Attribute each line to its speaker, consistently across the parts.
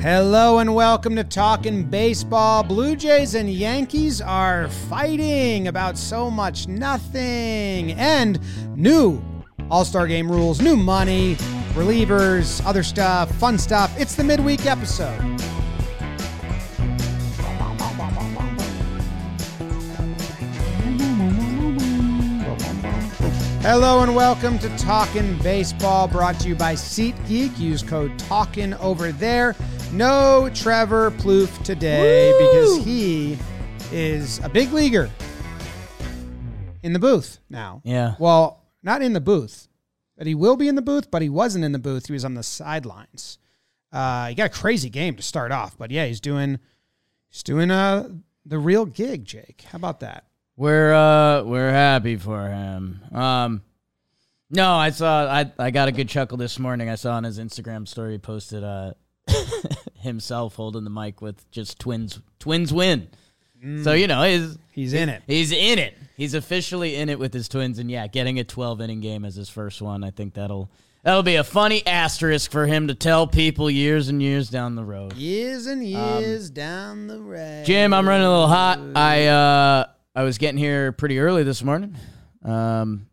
Speaker 1: Hello and welcome to Talking Baseball. Blue Jays and Yankees are fighting about so much nothing and new All Star game rules, new money, relievers, other stuff, fun stuff. It's the midweek episode. Hello and welcome to Talkin' Baseball, brought to you by SeatGeek. Use code TALKIN over there. No Trevor Plouffe today because he is a big leaguer in the booth now.
Speaker 2: Yeah.
Speaker 1: Well, not in the booth, but he will be in the booth, but he wasn't in the booth. He was on the sidelines. Uh, he got a crazy game to start off, but yeah, he's doing he's doing uh, the real gig, Jake. How about that?
Speaker 2: We're uh we're happy for him. Um No, I saw I I got a good chuckle this morning. I saw on his Instagram story he posted uh himself holding the mic with just twins twins win. So you know, he's
Speaker 1: He's in it.
Speaker 2: he's in it. He's officially in it with his twins and yeah, getting a 12 inning game as his first one. I think that'll that'll be a funny asterisk for him to tell people years and years down the road.
Speaker 1: Years and
Speaker 2: Um,
Speaker 1: years down the road.
Speaker 2: Jim, I'm running a little hot. I uh, I was getting here pretty early this morning, um,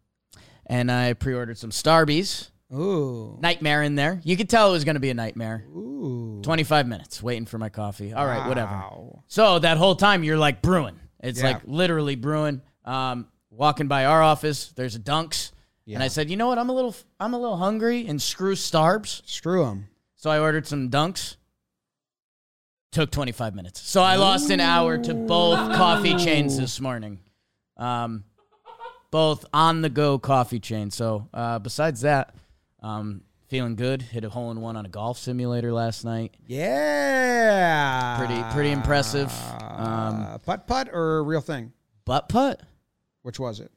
Speaker 2: and I pre-ordered some Starbies.
Speaker 1: Ooh.
Speaker 2: Nightmare in there. You could tell it was going to be a nightmare.
Speaker 1: Ooh.
Speaker 2: 25 minutes waiting for my coffee. All right, whatever.
Speaker 1: Wow.
Speaker 2: So that whole time you're like brewing. It's
Speaker 1: Yeah.
Speaker 2: like literally brewing. Um, walking by our office, there's a Dunks, and
Speaker 1: Yeah.
Speaker 2: I said, you know what? I'm a little I'm a little hungry and screw Starbs.
Speaker 1: Screw him.
Speaker 2: So I ordered some dunks. Took 25 minutes. So I lost an hour to both coffee chains this morning. Um, both on the go coffee chains. So uh, besides that, um, feeling good. Hit a hole in one on a golf simulator last night.
Speaker 1: Yeah.
Speaker 2: Pretty pretty impressive. Um,
Speaker 1: Uh, putt putt or real thing?
Speaker 2: butt putt.
Speaker 1: Which was it?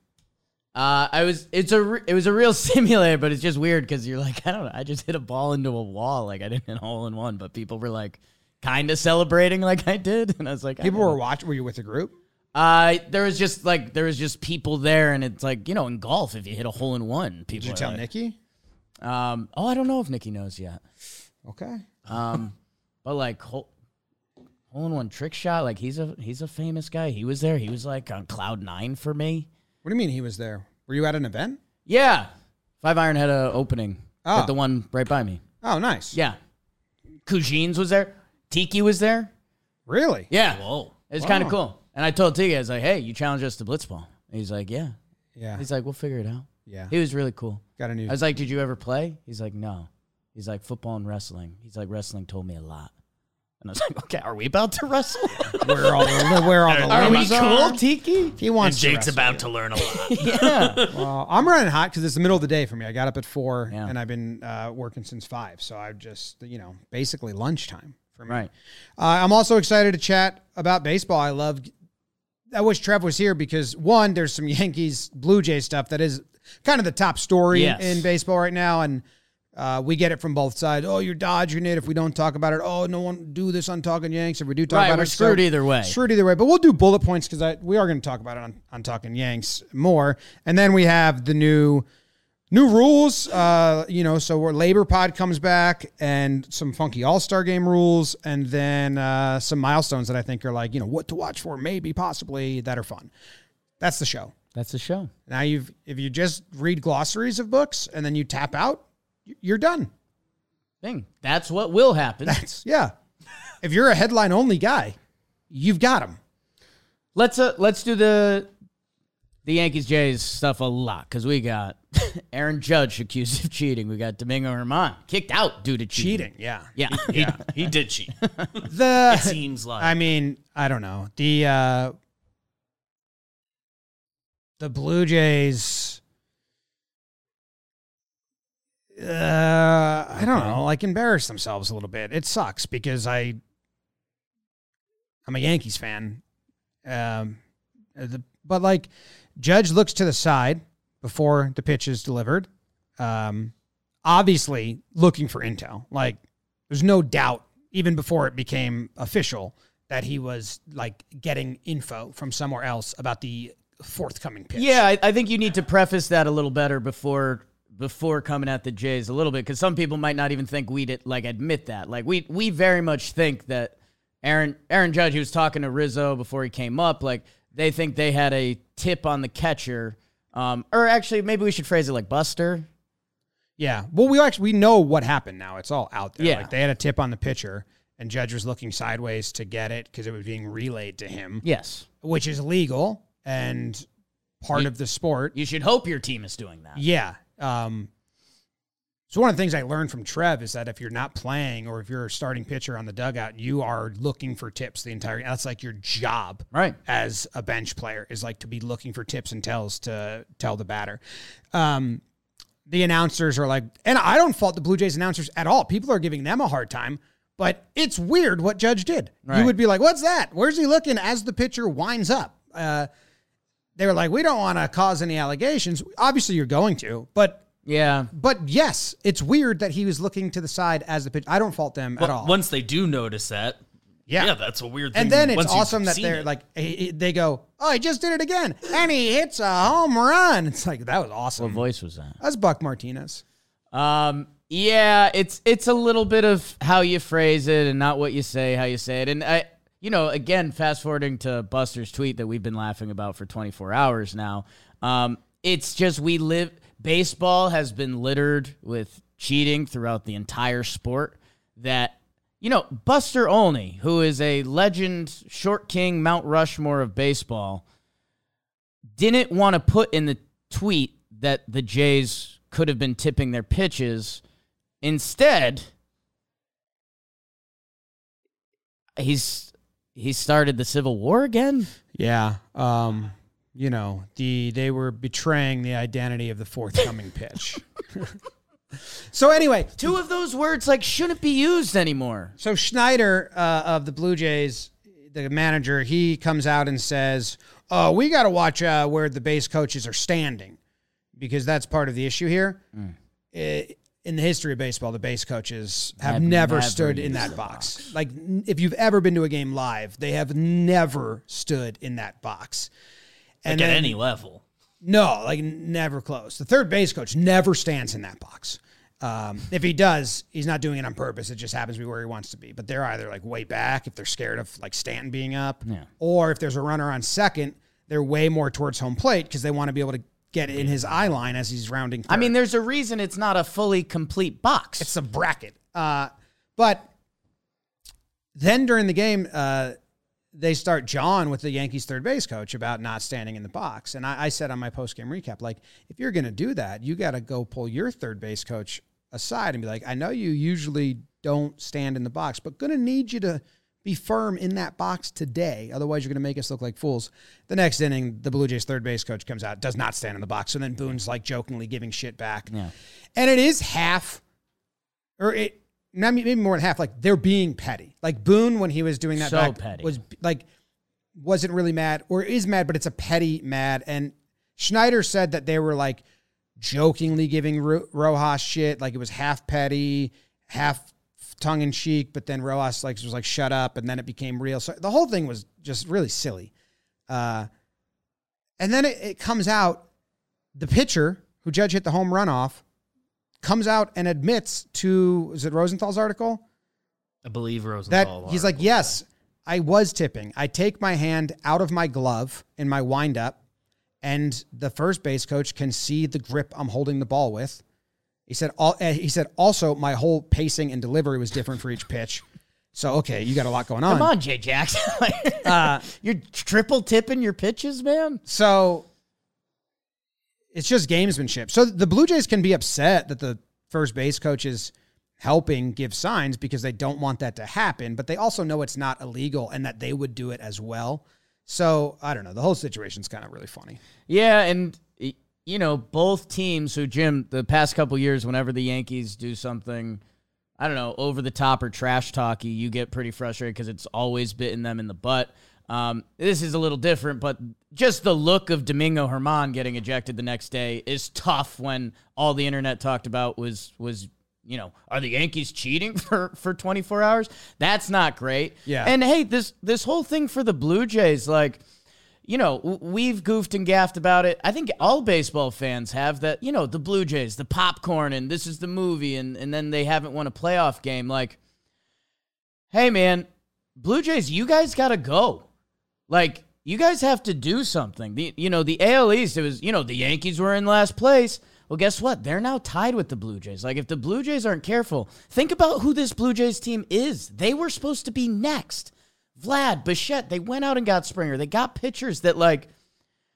Speaker 2: Uh, I was. It's a. re- It was a real simulator, but it's just weird because you're like, I don't know. I just hit a ball into a wall. Like I didn't hit a hole in one, but people were like, kind of celebrating like I did, and I was like, I
Speaker 1: People
Speaker 2: don't
Speaker 1: were watching. Were you with the group?
Speaker 2: Uh, there was just like there was just people there, and it's like you know in golf if you hit a hole in one, people.
Speaker 1: Did you
Speaker 2: are
Speaker 1: tell
Speaker 2: like-
Speaker 1: Nikki?
Speaker 2: Um, oh, I don't know if Nikki knows yet.
Speaker 1: Okay.
Speaker 2: Um, but like hole, hole in one trick shot, like he's a he's a famous guy. He was there. He was like on cloud nine for me.
Speaker 1: What do you mean he was there? Were you at an event?
Speaker 2: Yeah, five iron had a opening
Speaker 1: Oh.
Speaker 2: at the one right by me.
Speaker 1: Oh, nice.
Speaker 2: Yeah, Cousins was there. Tiki was there.
Speaker 1: Really?
Speaker 2: Yeah, whoa, it was kind
Speaker 1: Wow.
Speaker 2: of cool. And I told Tiki, I was like, hey, you challenged us to blitzball. And he's like, yeah.
Speaker 1: Yeah.
Speaker 2: He's like, we'll figure it out.
Speaker 1: Yeah.
Speaker 2: He was really cool.
Speaker 1: Got a new.
Speaker 2: I was like, "Did you ever play?" He's like, "No." He's like, "Football and wrestling." He's like, "Wrestling told me a lot." And I was like, "Okay, are we about to wrestle?
Speaker 1: where all the where all the
Speaker 2: are we
Speaker 1: limbs
Speaker 2: cool,
Speaker 1: are.
Speaker 2: Tiki?"
Speaker 1: He wants.
Speaker 3: and
Speaker 1: to
Speaker 3: Jake's
Speaker 1: wrestle.
Speaker 3: about to learn a lot.
Speaker 2: yeah.
Speaker 1: Well, Uh, I'm running hot because it's the middle of the day for me. I got up at four
Speaker 2: Yeah.
Speaker 1: and I've been uh, working since five. So I've just, you know, basically lunchtime for me.
Speaker 2: Right.
Speaker 1: Uh, I'm also excited to chat about baseball. I love, I wish Trev was here because one, there's some Yankees Blue Jay stuff that is kind of the top story
Speaker 2: Yes.
Speaker 1: in baseball right now. And uh, we get it from both sides. Oh, you're Dodger nit if we don't talk about it. Oh, no one do this on Talking Yanks if we do talk
Speaker 2: Right,
Speaker 1: about
Speaker 2: we're
Speaker 1: it.
Speaker 2: screwed either way.
Speaker 1: Screwed either way. But we'll do bullet points because we are going to talk about it on, on Talking Yanks more. And then we have the new new rules uh you know so where labor pod comes back and some funky all-star game rules and then uh some milestones that i think are like you know what to watch for maybe possibly that are fun that's the show
Speaker 2: That's the show.
Speaker 1: now you've if you just read glossaries of books and then you tap out y- you're done
Speaker 2: Thing. That's what will happen.
Speaker 1: that's yeah if you're a headline only guy you've got them
Speaker 2: let's uh, let's do the the Yankees Jays stuff a lot because we got Aaron Judge accused of cheating. We got Domingo Herman kicked out due to cheating.
Speaker 1: cheating yeah
Speaker 2: Yeah.
Speaker 3: yeah, he did cheat.
Speaker 1: the
Speaker 3: Seems like
Speaker 1: I mean, I don't know. The uh the Blue Jays uh I don't know, like embarrass themselves a little bit. It sucks because I I'm a Yankees fan. Um uh, the, but like Judge looks to the side before the pitch is delivered. Um obviously looking for intel. Like there's no doubt, even before it became official, that he was like getting info from somewhere else about the forthcoming pitch.
Speaker 2: Yeah, I, I think you need to preface that a little better before before coming at the Jays a little bit because some people might not even think we'd ad- like admit that. Like we we very much think that Aaron Aaron Judge, who was talking to Rizzo before he came up, like they think they had a tip on the catcher. Um, or actually, maybe we should phrase it like Buster.
Speaker 1: Yeah. Well, we actually we know what happened now. It's all out there.
Speaker 2: Yeah.
Speaker 1: Like they had a tip on the pitcher, and Judge was looking sideways to get it because it was being relayed to him,
Speaker 2: Yes,
Speaker 1: which is legal and part of the sport.
Speaker 2: you should hope your team is doing that.
Speaker 1: Yeah. Um, so one of the things I learned from Trev is that if you're not playing or if you're a starting pitcher on the dugout, you are looking for tips the entire. That's like your job
Speaker 2: Right.
Speaker 1: as a bench player is like to be looking for tips and tells to tell the batter. Um, the announcers are like, and I don't fault the Blue Jays announcers at all. People are giving them a hard time, but it's weird what Judge did.
Speaker 2: Right.
Speaker 1: You would be like, what's that? Where's he looking as the pitcher winds up? Uh, they were like, we don't want to cause any allegations. Obviously, you're going to, but
Speaker 2: Yeah.
Speaker 1: but yes, it's weird that he was looking to the side as the pitch. I don't fault them at all.
Speaker 3: Once they do notice that, yeah, that's a weird thing.
Speaker 1: And then it's
Speaker 3: once you've
Speaker 1: awesome that
Speaker 3: seen
Speaker 1: they're
Speaker 3: it.
Speaker 1: like he- he- they go, "Oh, he just did it again, and he hits a home run." It's like that was
Speaker 2: What
Speaker 1: awesome.
Speaker 2: voice was that?
Speaker 1: That's Buck Martinez.
Speaker 2: Um, yeah, it's it's a little bit of how you phrase it and not what you say, how you say it. And I, you know, again, fast forwarding to Buster's tweet that we've been laughing about for 24 hours now. Um, it's just we live. Baseball has been littered with cheating throughout the entire sport. That you know, Buster Olney, who is a legend, short king, Mount Rushmore of baseball didn't want to put in the tweet that the Jays could have been tipping their pitches. Instead, he's he started the Civil War again.
Speaker 1: Yeah, um, you know the they were betraying the identity of the forthcoming pitch. so anyway,
Speaker 2: Two of those words like shouldn't be used anymore.
Speaker 1: So Schneider uh, of the Blue Jays, the manager, he comes out and says, "Oh, we got to watch uh, where the base coaches are standing, because that's part of the issue here.
Speaker 2: Hmm.
Speaker 1: I- in the history of baseball, the base coaches have
Speaker 2: Have
Speaker 1: never,
Speaker 2: never
Speaker 1: stood in
Speaker 2: used
Speaker 1: that
Speaker 2: the
Speaker 1: box. Like, n- if you've ever been to a game live, they have never stood in that box.
Speaker 3: like
Speaker 1: And
Speaker 3: at
Speaker 1: then-
Speaker 3: any level.
Speaker 1: no, like n- never close. The third base coach never stands in that box. Um, if he does, he's not doing it on purpose. It just happens to be where he wants to be. But they're either like way back if they're scared of like Stanton being up,
Speaker 2: Yeah.
Speaker 1: or if there's a runner on second, they're way more towards home plate because they want to be able to get in his eye line as he's rounding.
Speaker 2: I
Speaker 1: third.
Speaker 2: mean, there's a reason it's not a fully complete box.
Speaker 1: It's a bracket. Uh, but then during the game, uh, they start John with the Yankees third base coach about not standing in the box. And I, I said on my post game recap, like, if you're going to do that, you got to go pull your third base coach aside and be like, I know you usually don't stand in the box, but going to need you to be firm in that box today. Otherwise, you're going to make us look like fools. The next inning, the Blue Jays third base coach comes out, does not stand in the box. So then Boone's like jokingly giving shit back.
Speaker 2: Yeah.
Speaker 1: And it is half or it not me- maybe more than half like they're being petty like boone when he was doing that
Speaker 2: So
Speaker 1: back
Speaker 2: petty.
Speaker 1: was like wasn't really mad or is mad but it's a petty mad and schneider said that they were like jokingly giving Ro- rojas shit like it was half petty half tongue-in-cheek but then rojas like was like shut up and then it became real so the whole thing was just really silly uh, and then it, it comes out the pitcher who judge hit the home run off comes out and admits to is it Rosenthal's article
Speaker 3: I believe
Speaker 1: that
Speaker 3: Rosenthal. uh,
Speaker 1: he's like, yes, I was tipping. I take my hand out of my glove in my windup, and the first base coach can see the grip I'm holding the ball with. He said, all, uh, he said also my whole pacing and delivery was different for each pitch. So okay, you got a lot going on.
Speaker 2: Come on, Jay Jackson. Like, you're triple tipping your pitches, man.
Speaker 1: So it's just gamesmanship. So the Blue Jays can be upset that the first base coach is helping give signs because they don't want that to happen, but they also know it's not illegal and that they would do it as well. So I don't know. The whole situation's kind of really funny.
Speaker 2: Yeah, and y- you know, both teams who Jim the past couple years whenever the Yankees do something I don't know, over the top or trash talky, you get pretty frustrated because it's always bitten them in the butt. Um, this is a little different, but just the look of Domingo Herman getting ejected the next day is tough when all the internet talked about was was you know are the Yankees cheating for for 24 hours? That's not great.
Speaker 1: Yeah.
Speaker 2: And hey, this this whole thing for the Blue Jays, like you know, w- we've goofed and gaffed about it. I think all baseball fans have that, you know, the Blue Jays, the popcorn, and this is the movie, and, and then they haven't won a playoff game. Like, hey, man, Blue Jays, you guys got to go. Like, you guys have to do something. The, you know, the AL East, it was, you know, the Yankees were in last place. Well, guess what? They're now tied with the Blue Jays. Like, if the Blue Jays aren't careful, think about who this Blue Jays team is. They were supposed to be next. Vlad, Bichette, they went out and got Springer. They got pitchers that, like,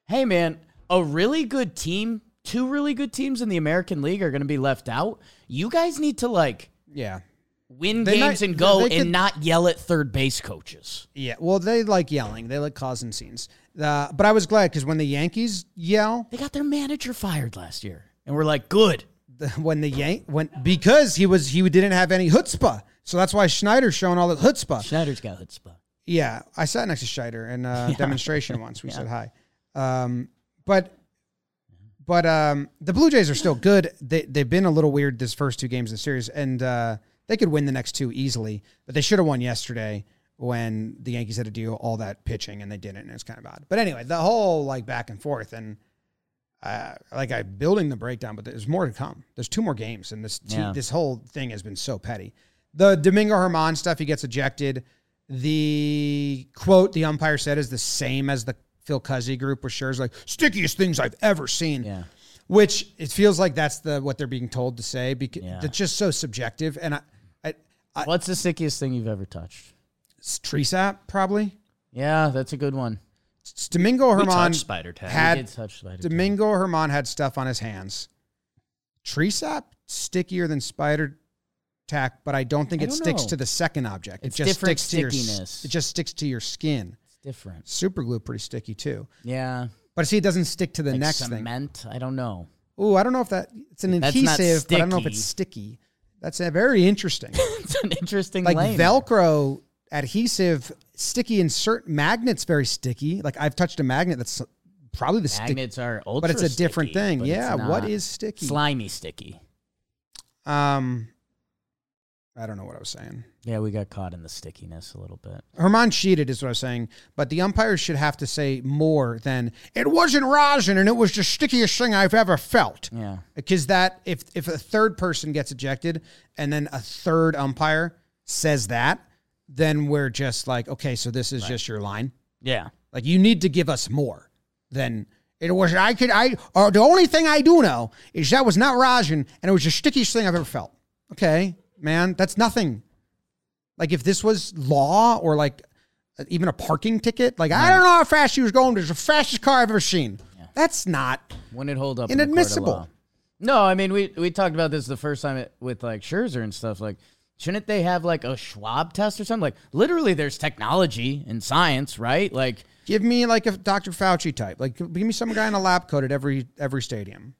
Speaker 2: hey, man, a really good team, two really good teams in the American League are going to be left out. You guys need to, like,
Speaker 1: Yeah.
Speaker 2: win
Speaker 1: They
Speaker 2: games
Speaker 1: might-
Speaker 2: and go
Speaker 1: they could-
Speaker 2: and not yell at third base coaches.
Speaker 1: Yeah. Well, they like yelling. They like causing scenes. Uh, but I was glad because when the Yankees yell,
Speaker 2: They got their manager fired last year. And we're like, good.
Speaker 1: the- when the Yank when because he was he didn't have any chutzpah, so that's why Schneider's showing all the chutzpah.
Speaker 2: Schneider's got chutzpah.
Speaker 1: Yeah, I sat next to Scheider in a demonstration once. We said hi, um, but but um, the Blue Jays are still good. They they've been a little weird this first two games of the series, and uh, they could win the next two easily. But they should have won yesterday when the Yankees had to do all that pitching, and they didn't, and it's kind of odd. But anyway, the whole like back and forth, and uh, like I'm building the breakdown, but there's more to come. There's two more games, and this te-
Speaker 2: Yeah.
Speaker 1: this whole thing has been so petty. The Domingo Herman stuff, he gets ejected. The quote the umpire said is the same as the Phil Cuzzy group was sure is like stickiest things I've ever seen.
Speaker 2: Yeah.
Speaker 1: Which it feels like that's the what they're being told to say because
Speaker 2: Yeah.
Speaker 1: it's just so subjective. And I, I, I
Speaker 2: What's the sickiest thing you've ever touched?
Speaker 1: tree sap probably.
Speaker 2: Yeah, that's a good one.
Speaker 1: S- Domingo
Speaker 3: We
Speaker 1: Herman
Speaker 3: touched spider tag.
Speaker 1: had
Speaker 2: Did touch spider.
Speaker 1: Domingo Herman had stuff on his hands. Tree sap stickier than spider tack, but I don't think
Speaker 2: I
Speaker 1: it
Speaker 2: don't
Speaker 1: sticks
Speaker 2: know.
Speaker 1: to the second object.
Speaker 2: It's
Speaker 1: it just
Speaker 2: different
Speaker 1: sticks to
Speaker 2: stickiness.
Speaker 1: your it just sticks to your skin.
Speaker 2: it's different.
Speaker 1: Super glue pretty sticky too.
Speaker 2: Yeah.
Speaker 1: But see, it doesn't stick to the
Speaker 2: like
Speaker 1: next thing.
Speaker 2: cement. I don't know.
Speaker 1: Oh, I don't know if that it's an
Speaker 2: That's not
Speaker 1: adhesive, but I don't know if it's sticky. That's a very interesting.
Speaker 2: It's an interesting
Speaker 1: like
Speaker 2: lane.
Speaker 1: Velcro adhesive, sticky insert magnets, very sticky. Like I've touched a magnet that's probably the stick,
Speaker 2: Magnets are ultra,
Speaker 1: but it's a different
Speaker 2: sticky,
Speaker 1: thing.
Speaker 2: but it's
Speaker 1: Yeah, what
Speaker 2: not
Speaker 1: is sticky?
Speaker 2: slimy sticky?
Speaker 1: Um, I don't know what I was saying.
Speaker 2: Yeah, we got caught in the stickiness a little bit.
Speaker 1: Herman cheated is what I was saying, but the umpires should have to say more than it wasn't rosin and it was the stickiest thing I've ever felt.
Speaker 2: Yeah,
Speaker 1: Because that if if a third person gets ejected and then a third umpire says that, then we're just like, okay, so this is just your line.
Speaker 2: yeah.
Speaker 1: Like you need to give us more than it was. I could I or the only thing I do know is that was not Rajan and it was the stickiest thing I've ever felt. Okay, man, that's nothing. Like if this was law or like even a parking ticket, like I don't know how fast she was going. There's the fastest car I've ever seen. That's not.
Speaker 2: Wouldn't it hold up? in the court of
Speaker 1: Inadmissible.
Speaker 2: law? No, I mean we we talked about this the first time it, with like Scherzer and stuff. Like, shouldn't they have like a Schwab test or something? Like, literally, there's technology and science, right? Like,
Speaker 1: Give me like a Dr. Fauci type. Like give me some guy in a lab coat at every every stadium.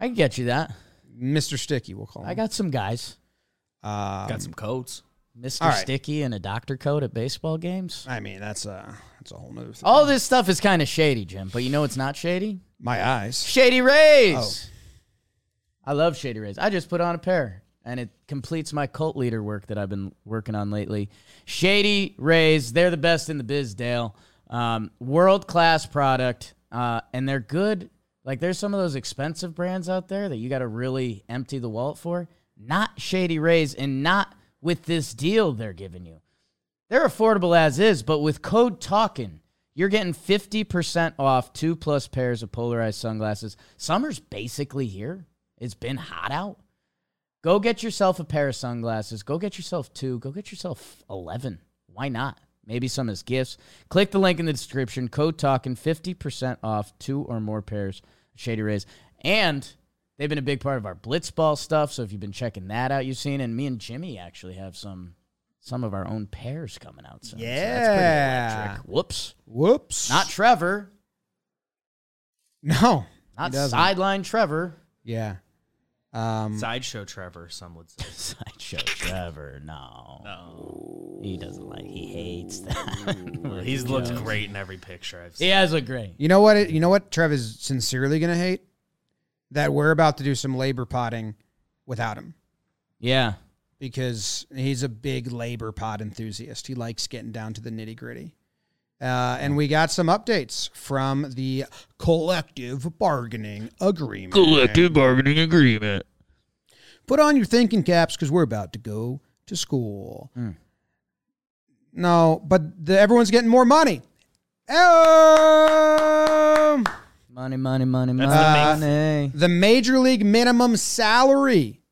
Speaker 2: I can get you that.
Speaker 1: Mr. Sticky, we'll call him.
Speaker 2: I got some guys,
Speaker 1: Um,
Speaker 3: Got some coats.
Speaker 2: Mister
Speaker 1: All right.
Speaker 2: Sticky and a doctor coat at baseball games.
Speaker 1: I mean, that's a that's a whole nother thing.
Speaker 2: All this stuff is kind of shady, Jim. But you know it's not shady.
Speaker 1: My eyes.
Speaker 2: Shady Rays. Oh. I love Shady Rays. I just put on a pair and it completes my cult leader work that I've been working on lately. Shady Rays, they're the best in the biz, Dale. Um, World class product, uh, and they're good. Like there's some of those expensive brands out there that you got to really empty the wallet for. Not Shady Rays, and not with this deal they're giving you. They're affordable as is, but with code TALKIN, you're getting 50% off two plus pairs of polarized sunglasses. Summer's basically here. It's been hot out. Go get yourself a pair of sunglasses. Go get yourself two. Go get yourself 11. Why not? Maybe some as gifts. Click the link in the description. Code TALKIN, 50% off two or more pairs of Shady Rays. And they've been a big part of our Blitzball stuff. So if you've been checking that out, you've seen. And me and Jimmy actually have some some of our own pairs coming out soon. So that's pretty
Speaker 1: Yeah.
Speaker 2: electric. Whoops.
Speaker 1: Whoops.
Speaker 2: Not Trevor.
Speaker 1: No.
Speaker 2: Not
Speaker 1: he doesn't.
Speaker 2: sideline Trevor.
Speaker 1: Yeah. Um,
Speaker 3: Sideshow Trevor, some would say.
Speaker 2: Sideshow Trevor. No.
Speaker 1: Oh,
Speaker 3: No.
Speaker 2: He doesn't like. He hates that.
Speaker 3: Well, Oh, he's looked great in every picture I've
Speaker 2: he
Speaker 3: seen.
Speaker 2: has a great.
Speaker 1: you know what? It, you know what? Trev is sincerely gonna hate that we're about to do some labor potting without him
Speaker 2: Yeah.
Speaker 1: because he's a big labor pot enthusiast. He likes getting down to the nitty gritty, Uh, and we got some updates from the collective bargaining agreement.
Speaker 4: bargaining agreement.
Speaker 1: Put on your thinking caps because we're about to go to school. No, but the, everyone's getting more money. Oh!
Speaker 2: Money, money, money,
Speaker 3: That's
Speaker 2: money.
Speaker 1: The major league minimum salary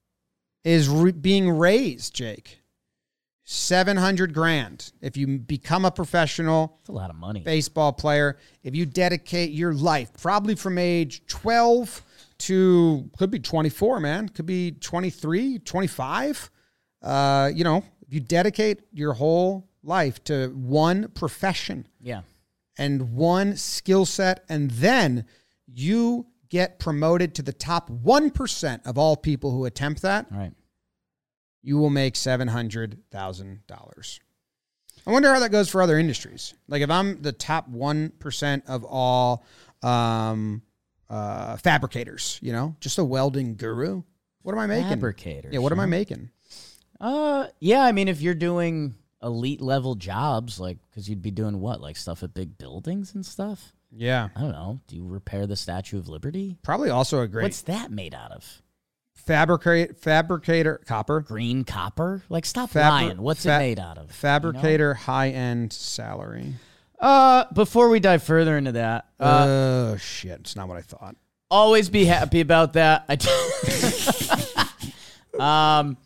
Speaker 1: is re- being raised, Jake. 700 grand. If you become a professional
Speaker 2: That's a lot of money.
Speaker 1: baseball player, if you dedicate your life, probably from age 12 to could be 24, man, could be 23, 25, uh, you know, if you dedicate your whole life to one profession,
Speaker 2: Yeah.
Speaker 1: and one skill set, and then you get promoted to the top 1% of all people who attempt that,
Speaker 2: All right.
Speaker 1: you will make $700,000. I wonder how that goes for other industries. Like if I'm the top 1% of all um, uh, fabricators, you know, just a welding guru, what am I making?
Speaker 2: Fabricators,
Speaker 1: Yeah, what am I
Speaker 2: huh?
Speaker 1: making?
Speaker 2: Uh, yeah. I mean, if you're doing elite level jobs, like, because you'd be doing what, like stuff at big buildings and stuff.
Speaker 1: Yeah.
Speaker 2: I don't know. Do you repair the Statue of Liberty?
Speaker 1: Probably also a great
Speaker 2: What's that made out of?
Speaker 1: fabricate, fabricator, copper,
Speaker 2: Green copper? Like, stop
Speaker 1: Fabri-
Speaker 2: lying. What's
Speaker 1: fa-
Speaker 2: it made out of?
Speaker 1: fabricator, high end salary.
Speaker 2: Uh, before we dive further into that, uh,
Speaker 1: oh shit! It's not what I thought.
Speaker 2: always be happy about that. I do- um,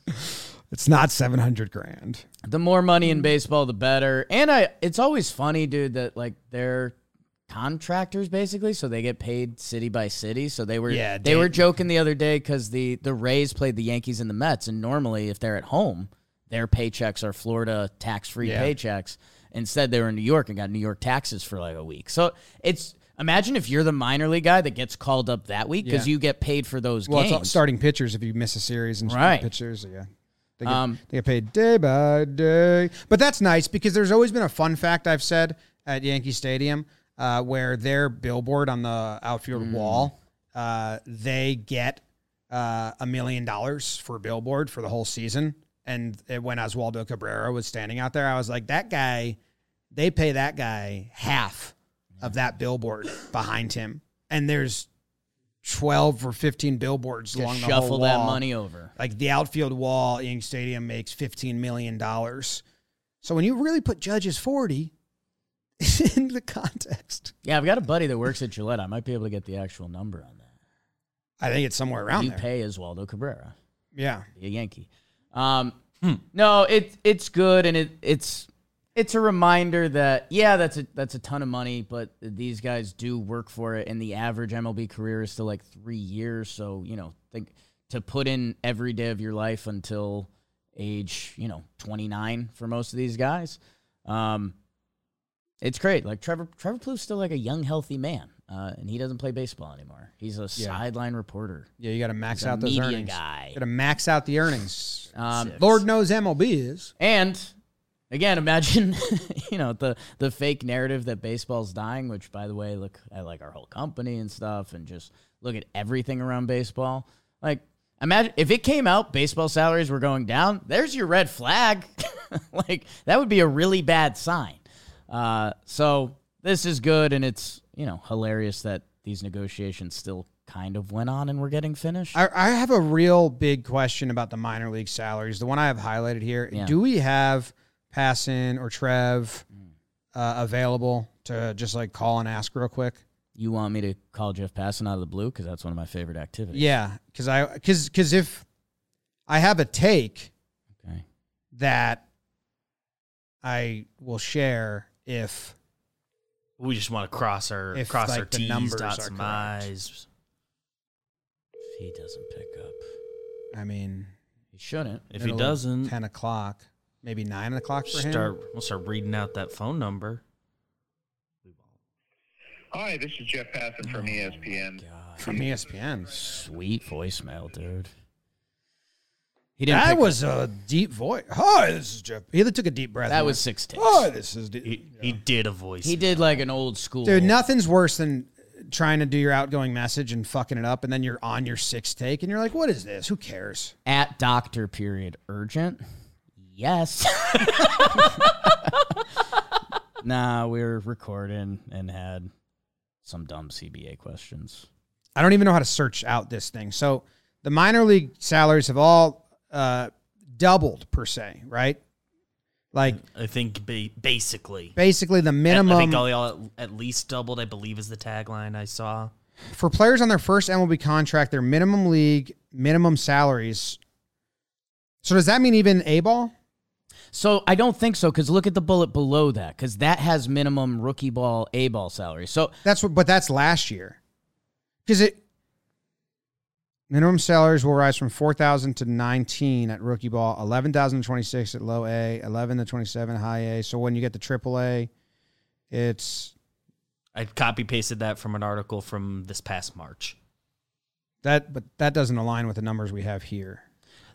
Speaker 1: It's not seven hundred grand.
Speaker 2: the more money
Speaker 1: Mm.
Speaker 2: in baseball, the better. And I, it's always funny, dude, that like they're contractors basically, so they get paid city by city. So they were,
Speaker 1: Yeah,
Speaker 2: they
Speaker 1: dude.
Speaker 2: were joking the other day because the the Rays played the Yankees and the Mets, and normally if they're at home, their paychecks are Florida tax free
Speaker 1: Yeah.
Speaker 2: paychecks. Instead, they were in New York and got New York taxes for like a week. So it's imagine if you're the minor league guy that gets called up that week because
Speaker 1: Yeah.
Speaker 2: you get paid for those
Speaker 1: Well,
Speaker 2: games.
Speaker 1: it's all starting pitchers if you miss a series and
Speaker 2: Right.
Speaker 1: starting pitchers. Yeah, they get,
Speaker 2: Um,
Speaker 1: they get paid day by day. But that's nice because there's always been a fun fact I've said at Yankee Stadium uh, where their billboard on the outfield
Speaker 2: Hmm.
Speaker 1: wall, uh, they get uh, a million dollars for a billboard for the whole season. And it, when Oswaldo Cabrera was standing out there, I was like, that guy, they pay that guy half of that billboard behind him. And there's 12 or 15 billboards along
Speaker 2: Just
Speaker 1: the whole
Speaker 2: shuffle that
Speaker 1: wall.
Speaker 2: money over.
Speaker 1: Like the outfield wall at Yankee Stadium makes $15 million. So when you really put Judges 40 in the context,
Speaker 2: Yeah, I've got a buddy that works at Gillette. I might be able to get the actual number on that.
Speaker 1: I think it's somewhere around
Speaker 2: you
Speaker 1: there.
Speaker 2: pay as Waldo Cabrera,
Speaker 1: yeah.
Speaker 2: a Yankee. Um, No, it it's good, and it it's it's a reminder that yeah, that's a that's a ton of money, but these guys do work for it, and the average MLB career is still like three years. So you know, think to put in every day of your life until age you know twenty nine for most of these guys. Um, it's great. Like Trevor Trevor Plouffe's still like a young, healthy man, uh, and he doesn't play baseball anymore. He's a sideline reporter.
Speaker 1: Yeah, you got to max
Speaker 2: He's a
Speaker 1: out those
Speaker 2: media
Speaker 1: earnings.
Speaker 2: guy.
Speaker 1: Got to max out the earnings.
Speaker 2: Um,
Speaker 1: Uh, Lord knows MLB is.
Speaker 2: And again, imagine you know the the fake narrative that baseball's dying. Which, by the way, look at like our whole company and stuff, and just look at everything around baseball. Like, imagine if it came out baseball salaries were going down. There's your red flag. like that would be a really bad sign. Uh, so this is good, and it's you know hilarious that these negotiations still kind of went on and we're getting finished.
Speaker 1: I, I have a real big question about the minor league salaries. The one I have highlighted here.
Speaker 2: Yeah.
Speaker 1: Do we have Passon or Trev uh, available to just like call and ask real quick?
Speaker 2: you want me to call Jeff Passan out of the blue because that's one of my favorite activities.
Speaker 1: Yeah, because I because because if I have a take
Speaker 2: Okay.
Speaker 1: that I will share if
Speaker 3: We just want to cross our
Speaker 1: If,
Speaker 3: cross
Speaker 1: like,
Speaker 3: our
Speaker 1: the
Speaker 3: T's,
Speaker 1: numbers
Speaker 3: dot
Speaker 1: are
Speaker 3: some
Speaker 1: correct.
Speaker 3: I's.
Speaker 2: He doesn't pick up.
Speaker 1: I mean
Speaker 2: He shouldn't.
Speaker 3: If
Speaker 1: middle
Speaker 3: he
Speaker 1: of
Speaker 3: doesn't,
Speaker 1: ten o'clock maybe nine o'clock for him.
Speaker 3: start we'll start reading out that phone number.
Speaker 5: Hi, this is Jeff Passan from E ESPN.
Speaker 1: from E ESPN.
Speaker 2: Sweet voicemail, dude. He didn't.
Speaker 1: That
Speaker 2: pick
Speaker 1: was a deep voice. Hi, this is Jeff. He took a deep breath.
Speaker 2: Up. That
Speaker 1: and
Speaker 2: was
Speaker 1: went,
Speaker 2: six takes.
Speaker 1: Hi, Oh, this is. Deep.
Speaker 3: He, he did a voice.
Speaker 2: He did like an old school.
Speaker 1: Dude, nothing's worse than trying to do your outgoing message and fucking it up, and then you're on your sixth take, and you're like, "What is this? Who cares?"
Speaker 2: At doctor period urgent. Yes. Nah, we were recording and had some dumb CBA questions.
Speaker 1: I don't even know how to search out this thing. So the minor league salaries have all uh, doubled per se, right? Like
Speaker 3: I think ba- basically.
Speaker 1: basically the minimum
Speaker 3: Hmm. I think all y'all at, at least doubled, I believe, is the tagline I saw.
Speaker 1: for players on their first MLB contract, their minimum league minimum salaries. So does that mean even A ball?
Speaker 2: So I don't think so because look at the bullet below that because that has minimum rookie ball A ball salary. So
Speaker 1: That's what, but that's last year. Because it minimum salaries will rise from four thousand to nineteen at rookie ball, eleven thousand to twenty six at low A, eleven to twenty seven high A. So when you get to triple A, it's
Speaker 3: I copy pasted that from an article from this past March.
Speaker 1: that, but that doesn't align with the numbers we have here.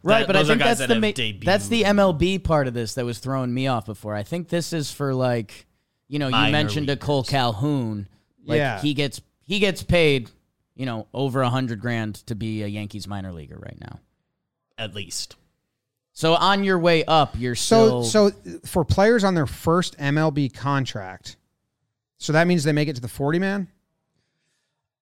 Speaker 2: right,
Speaker 3: That-
Speaker 2: but I
Speaker 3: those are
Speaker 2: think
Speaker 3: guys
Speaker 2: that's
Speaker 3: that
Speaker 2: the
Speaker 3: have
Speaker 2: ma-
Speaker 3: debuted.
Speaker 2: that's the MLB part of this that was throwing me off before. I think this is for like you know you
Speaker 3: Minor
Speaker 2: mentioned a Cole Calhoun. Like
Speaker 1: Yeah.
Speaker 2: he gets he gets paid you know over a hundred grand to be a Yankees minor leaguer right now.
Speaker 3: At least.
Speaker 2: So on your way up, you're
Speaker 1: So,
Speaker 2: still
Speaker 1: so for players on their first MLB contract, so that means they make it to the forty man.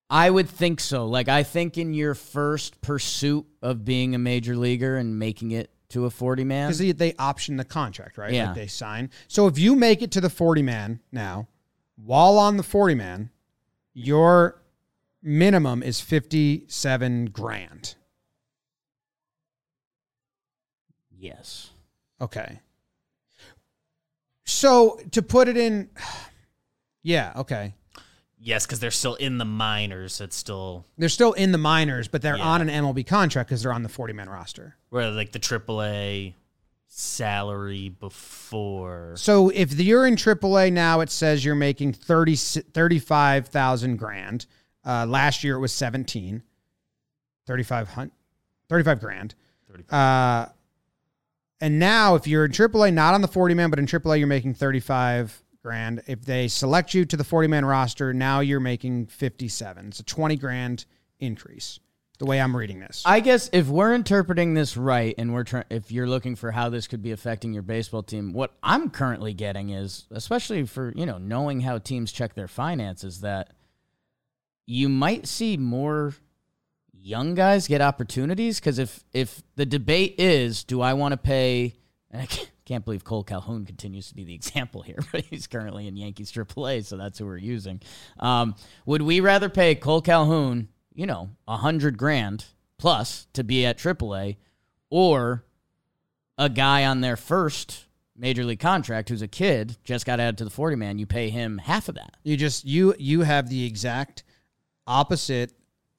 Speaker 2: I would think so. Like I think in your first pursuit of being a major leaguer and making it to a 40 man.
Speaker 1: because they, they option the contract, right?
Speaker 2: Yeah.
Speaker 1: Like they sign. So if you make it to the 40 man now, while on the 40 man, your minimum is 57 grand.
Speaker 2: Yes.
Speaker 1: Okay. So to put it in, yeah, okay.
Speaker 3: Yes, because they're still in the minors. It's still
Speaker 1: They're still in the minors, but they're
Speaker 3: Yeah.
Speaker 1: on an MLB contract because they're on the 40 man roster.
Speaker 3: where like the AAA salary before.
Speaker 1: So if you're in AAA now, it says you're making 30, 35,000 grand. Uh, last year it was 17, 35, hun- 35 grand. Uh, and now if you're in AAA, not on the 40 man, but in AAA, you're making 35 grand. If they select you to the 40 man roster, now you're making 57. It's a 20 grand increase the way I'm reading this.
Speaker 2: I guess if we're interpreting this right and we're trying if you're looking for how this could be affecting your baseball team, what I'm currently getting is especially for, you know, knowing how teams check their finances that you might see more young guys get opportunities because if if the debate is do I want to pay and I can't, can't believe Cole Calhoun continues to be the example here, but he's currently in Yankees AAA, so that's who we're using. Um, would we rather pay Cole Calhoun, you know, a hundred grand plus to be at AAA, or a guy on their first major league contract who's a kid just got added to the forty man? You pay him half of that.
Speaker 1: You just you you have the exact opposite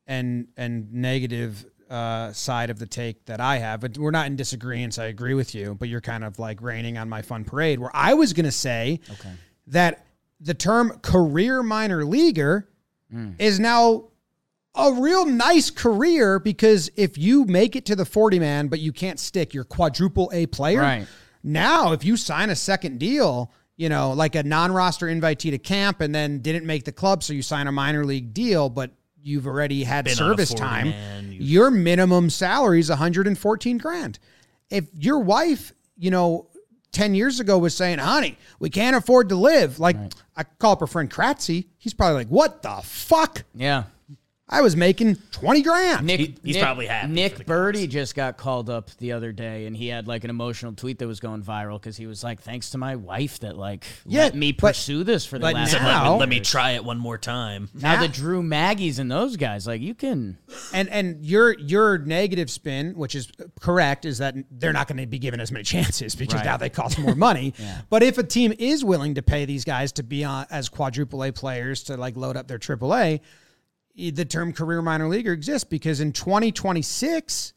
Speaker 1: and and negative uh, side of the take that I have. But we're not in disagreement. I agree with you, but you're kind of like raining on my fun parade. Where I was gonna say that the term career minor leaguer
Speaker 3: Hmm.
Speaker 1: is now a real nice career because if you make it to the 40 man but you can't stick you're quadruple a player
Speaker 2: Right.
Speaker 1: now if you sign a second deal you know like a non-roster invitee to camp and then didn't make the club so you sign a minor league deal but you've already had
Speaker 3: Been on a
Speaker 1: service
Speaker 3: 40
Speaker 1: time
Speaker 3: man, you've-
Speaker 1: your minimum salary is 114 grand if your wife you know 10 years ago was saying honey we can't afford to live like i call up her friend kratzy he's probably like what the fuck
Speaker 2: Yeah.
Speaker 1: I was making 20 grand.
Speaker 2: Nick,
Speaker 3: He- he's
Speaker 2: Nick-
Speaker 3: probably happy for
Speaker 2: Nick
Speaker 3: the
Speaker 2: Birdie just got called up the other day, and he had like an emotional tweet that was going viral because he was like, "Thanks to my wife that like
Speaker 1: Yeah,
Speaker 2: let me
Speaker 1: but-
Speaker 2: pursue this for the
Speaker 1: but
Speaker 2: last."
Speaker 1: now- Ow.
Speaker 2: couple
Speaker 3: Let,
Speaker 2: years."
Speaker 3: me- let me try it one more time.
Speaker 2: Now the Drew Maggie's and those guys, like you can.
Speaker 1: And and your your negative spin, which is correct, is that they're not going to be given as many chances because now they cost more money. But if a team is willing to pay these guys to be on as quadruple A players to like load up their triple A, e, the term career minor leaguer exists because in 2026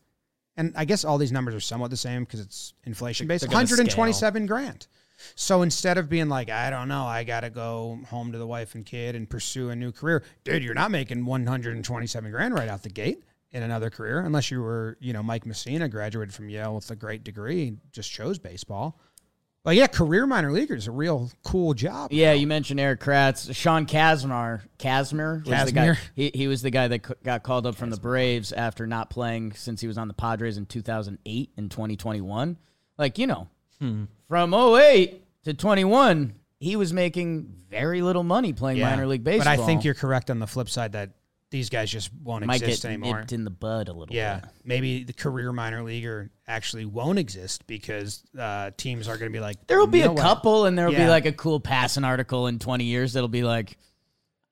Speaker 1: and I guess all these numbers are somewhat the same because it's inflation based.
Speaker 3: gonna scale.
Speaker 1: 127 grand. So instead of being like, I don't know, I gotta go home to the wife and kid and pursue a new career, dude, you're not making 127 grand right out the gate in another career unless you were, you know, Mike Messina graduated from Yale with a great degree, and just chose baseball. But yeah, career minor leaguer is a real cool job.
Speaker 2: Yeah, you mentioned Eric Kratz, Sean Kazmar, Kazmir was the
Speaker 1: Kazmir.
Speaker 2: guy. He, he was the guy that c- got called up from the Braves after not playing since he was on the Padres in 2008
Speaker 1: Hmm.
Speaker 2: and 2021. Like you know, from 08 to 21, he was making very little money playing
Speaker 1: Yeah.
Speaker 2: minor league baseball.
Speaker 1: But I think you're correct on the flip side that these guys just won't
Speaker 2: might
Speaker 1: exist
Speaker 2: get
Speaker 1: anymore.
Speaker 2: nipped in the bud a little
Speaker 1: Yeah,
Speaker 2: bit.
Speaker 1: maybe the career minor leaguer actually won't exist because uh, teams are going to be like,
Speaker 2: There will be
Speaker 1: "You know
Speaker 2: a
Speaker 1: what?
Speaker 2: couple, and there will
Speaker 1: Yeah.
Speaker 2: be like a cool passing article in 20 years that'll be like,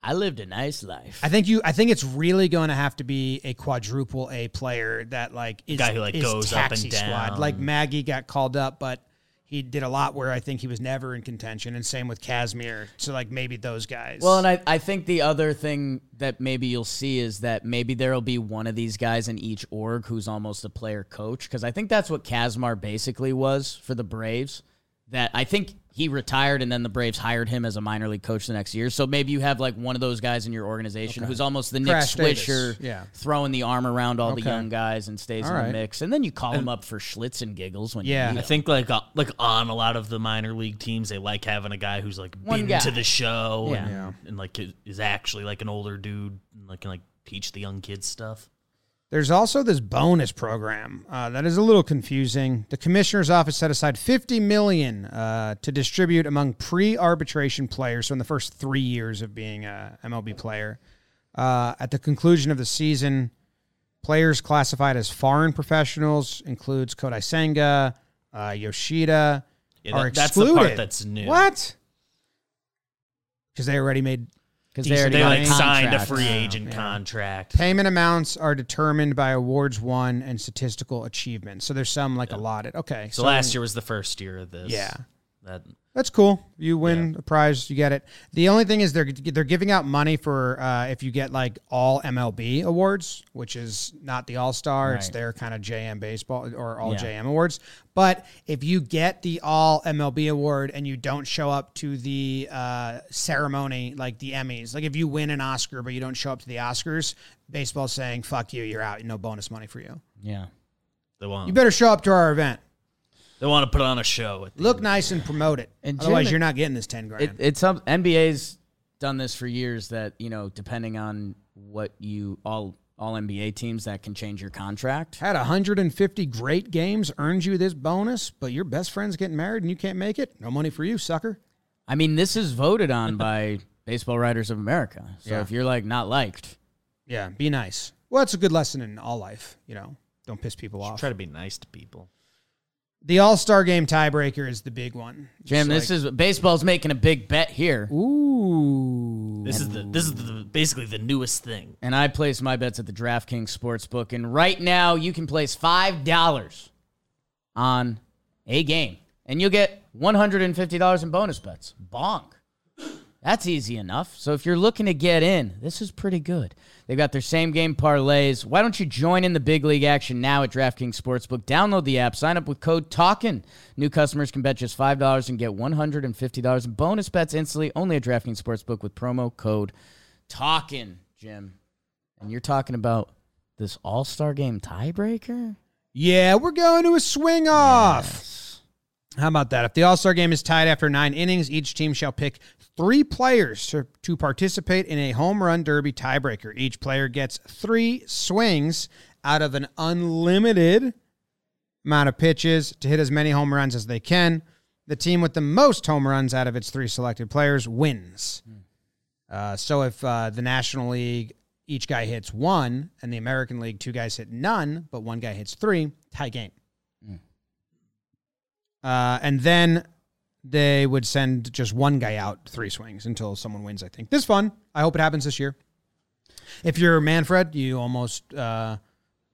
Speaker 2: I lived a nice life.
Speaker 1: I think you. I think it's really going to have to be a quadruple A player that like is
Speaker 3: guy who, like,
Speaker 1: is
Speaker 3: goes up and
Speaker 1: taxi Squad.
Speaker 3: down.
Speaker 1: Like Maggie got called up, but he did a lot where I think he was never in contention, and same with Casimir. So like maybe those guys.
Speaker 2: Well, and I, I think the other thing that maybe you'll see is that maybe there'll be one of these guys in each org who's almost a player coach because I think that's what Kazmar basically was for the Braves. That I think he retired and then the Braves hired him as a minor league coach the next year. So maybe you have like one of those guys in your organization who's almost the Nick
Speaker 1: Crash Davis.
Speaker 2: Swisher,
Speaker 1: Yeah.
Speaker 2: throwing the arm around all
Speaker 1: Okay.
Speaker 2: the young guys and stays
Speaker 1: All
Speaker 2: in
Speaker 1: right.
Speaker 2: the mix, and then you call him up for schlitz and giggles when
Speaker 1: Yeah.
Speaker 2: you need
Speaker 1: I
Speaker 2: him.
Speaker 3: I think like uh, like on a lot of the minor league teams, they like having a guy who's like
Speaker 2: One
Speaker 3: been
Speaker 2: guy.
Speaker 3: to the show
Speaker 2: Yeah.
Speaker 3: And,
Speaker 1: Yeah.
Speaker 3: and like is- is actually like an older dude and like can like teach the young kids stuff.
Speaker 1: There's also this bonus program uh, that is a little confusing. The commissioner's office set aside 50 million uh, to distribute among pre-arbitration players, so in the first three years of being a MLB player. Uh, at the conclusion of the season, players classified as foreign professionals includes Kodai Senga, uh, Yoshida,
Speaker 3: Yeah,
Speaker 1: are
Speaker 3: that- that's the
Speaker 1: excluded.
Speaker 3: part that's new.
Speaker 1: What? Because they already made
Speaker 2: because
Speaker 1: They
Speaker 3: They
Speaker 1: got a
Speaker 3: like signed a
Speaker 2: contract.
Speaker 3: free
Speaker 1: Yeah.
Speaker 3: agent
Speaker 1: Yeah.
Speaker 3: contract.
Speaker 1: Payment amounts are determined by awards won and statistical achievement. So there's some like allotted. Okay.
Speaker 3: So last year was the first year of this.
Speaker 1: Yeah.
Speaker 3: That
Speaker 1: That's cool. You win a prize, you get it. The only thing is they're they're giving out money for uh, if you get like all MLB awards, which is not the All Star. It's
Speaker 2: Right.
Speaker 1: their kind of JM baseball or all
Speaker 2: Yeah.
Speaker 1: JM awards. But if you get the all MLB award and you don't show up to the uh, ceremony, like the Emmys, like if you win an Oscar but you don't show up to the Oscars, baseball's saying fuck you, you're out, no bonus money for you.
Speaker 2: Yeah,
Speaker 3: they want.
Speaker 1: You better show up to our event.
Speaker 3: they want to put on a show. At the
Speaker 1: Look nice and promote it.
Speaker 2: And
Speaker 1: Otherwise,
Speaker 2: Jim-
Speaker 1: you're not getting this ten grand.
Speaker 2: it, it's some NBA's done this for years that you know depending on what you all all NBA teams that can change your contract.
Speaker 1: had 150 great games, earned you this bonus, but your best friend's getting married and you can't make it. No money for you, sucker.
Speaker 2: I mean, this is voted on by Baseball Writers of America. So
Speaker 1: Yeah.
Speaker 2: if you're like not liked,
Speaker 1: Yeah, be nice. Well, that's a good lesson in all life. You know, don't piss people off.
Speaker 3: try to be nice to people.
Speaker 1: the All Star Game tiebreaker is the big one.
Speaker 2: Jim,
Speaker 1: It's
Speaker 2: this is baseball's making a big bet here,
Speaker 1: like, ooh.
Speaker 3: This is the this is the basically the newest thing.
Speaker 2: and I place my bets at the DraftKings Sportsbook, and right now you can place five dollars on a game, and you'll get one hundred and fifty dollars in bonus bets. Bonk. That's easy enough. So if you're looking to get in, this is pretty good. They've got their same game parlays. Why don't you join in the big league action now at DraftKings Sportsbook? Download the app, sign up with code TALKIN. New customers can bet just $5 and get $150 in bonus bets instantly only at DraftKings Sportsbook with promo code TALKIN, Jim. And you're talking about this All Star game tiebreaker?
Speaker 1: Yeah, we're going to a swing off. How about that? If the All Star game is tied after nine innings, each team shall pick three players to, to participate in a home run derby tiebreaker. Each player gets three swings out of an unlimited amount of pitches to hit as many home runs as they can. The team with the most home runs out of its three selected players wins. Uh, so if uh, the National League, each guy hits one, and the American League, two guys hit none, but one guy hits three, tie game. Uh, and then they would send just one guy out three swings until someone wins. I think this is fun. I hope it happens this year. If you're Manfred, you almost uh,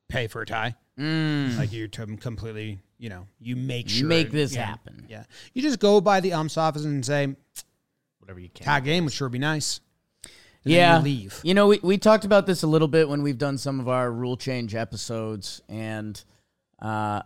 Speaker 1: pay for a tie. Like you're t- completely, you know, you make
Speaker 2: Mm, You
Speaker 1: sure
Speaker 2: make this
Speaker 1: yeah,
Speaker 2: happen.
Speaker 1: Yeah, you just go by the umps office and say
Speaker 3: Whatever you can.
Speaker 1: tie game would sure be nice. And then you
Speaker 2: yeah.
Speaker 1: leave.
Speaker 2: You know, we, we talked about this a little bit when we've done some of our rule change episodes, and uh,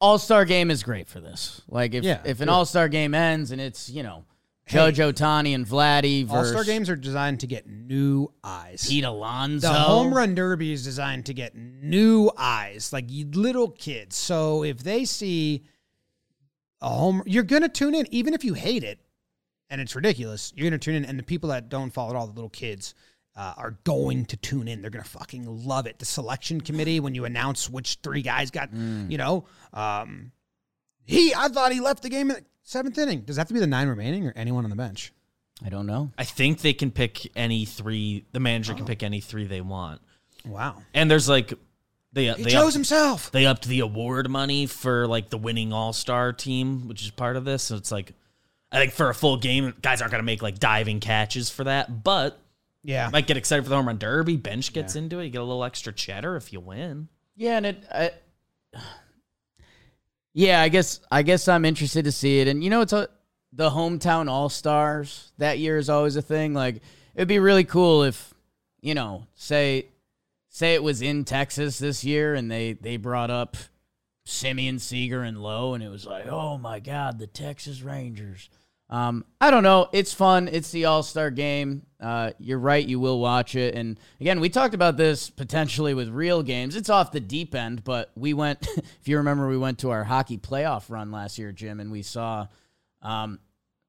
Speaker 2: All Star Game is great for this. Like, if,
Speaker 1: Yeah,
Speaker 2: if an
Speaker 1: yeah.
Speaker 2: All Star Game ends and it's, you know, JoJo Tani and Vladdy
Speaker 1: All star
Speaker 2: versus
Speaker 1: games are designed to get new eyes.
Speaker 2: Pete Alonso.
Speaker 1: The home run derby is designed to get new eyes, like you little kids. So if they see a home, you're gonna tune in, even if you hate it, and it's ridiculous. You're gonna tune in, and the people that don't follow at all, the little kids. Uh, are going to tune in. They're going to fucking love it. The selection committee, when you
Speaker 3: Mm.
Speaker 1: announce which three guys got, you know, um, he, I thought he left the game. Seventh inning. Does that have to be the nine remaining or anyone on the bench?
Speaker 2: I don't know.
Speaker 3: I think they can pick any three. The manager
Speaker 1: Oh.
Speaker 3: can pick any three they want.
Speaker 1: Wow.
Speaker 3: And there's like they
Speaker 1: He
Speaker 3: they
Speaker 1: chose
Speaker 3: upped,
Speaker 1: himself.
Speaker 3: they upped the award money for like the winning All Star team, which is part of this. So it's like I think for a full game, guys aren't gonna make like diving catches for that, but
Speaker 1: Yeah.
Speaker 3: might get excited for the home run derby. Bench gets into it. You get a little extra cheddar if you win.
Speaker 2: Yeah, and it. I, yeah, I guess I guess I'm interested to see it, and you know, it's a, the hometown all stars that year is always a thing. Like, it'd be really cool if, you know, say, say it was in Texas this year, and they they brought up Simeon Seeger and Lowe, and it was like, oh my God, the Texas Rangers. Um, I don't know. It's fun. It's the All Star game. Uh, you're right. You will watch it. And again, we talked about this potentially with real games. It's off the deep end, but we went, if you remember, we went to our hockey playoff run last year, Jim, and we saw, um,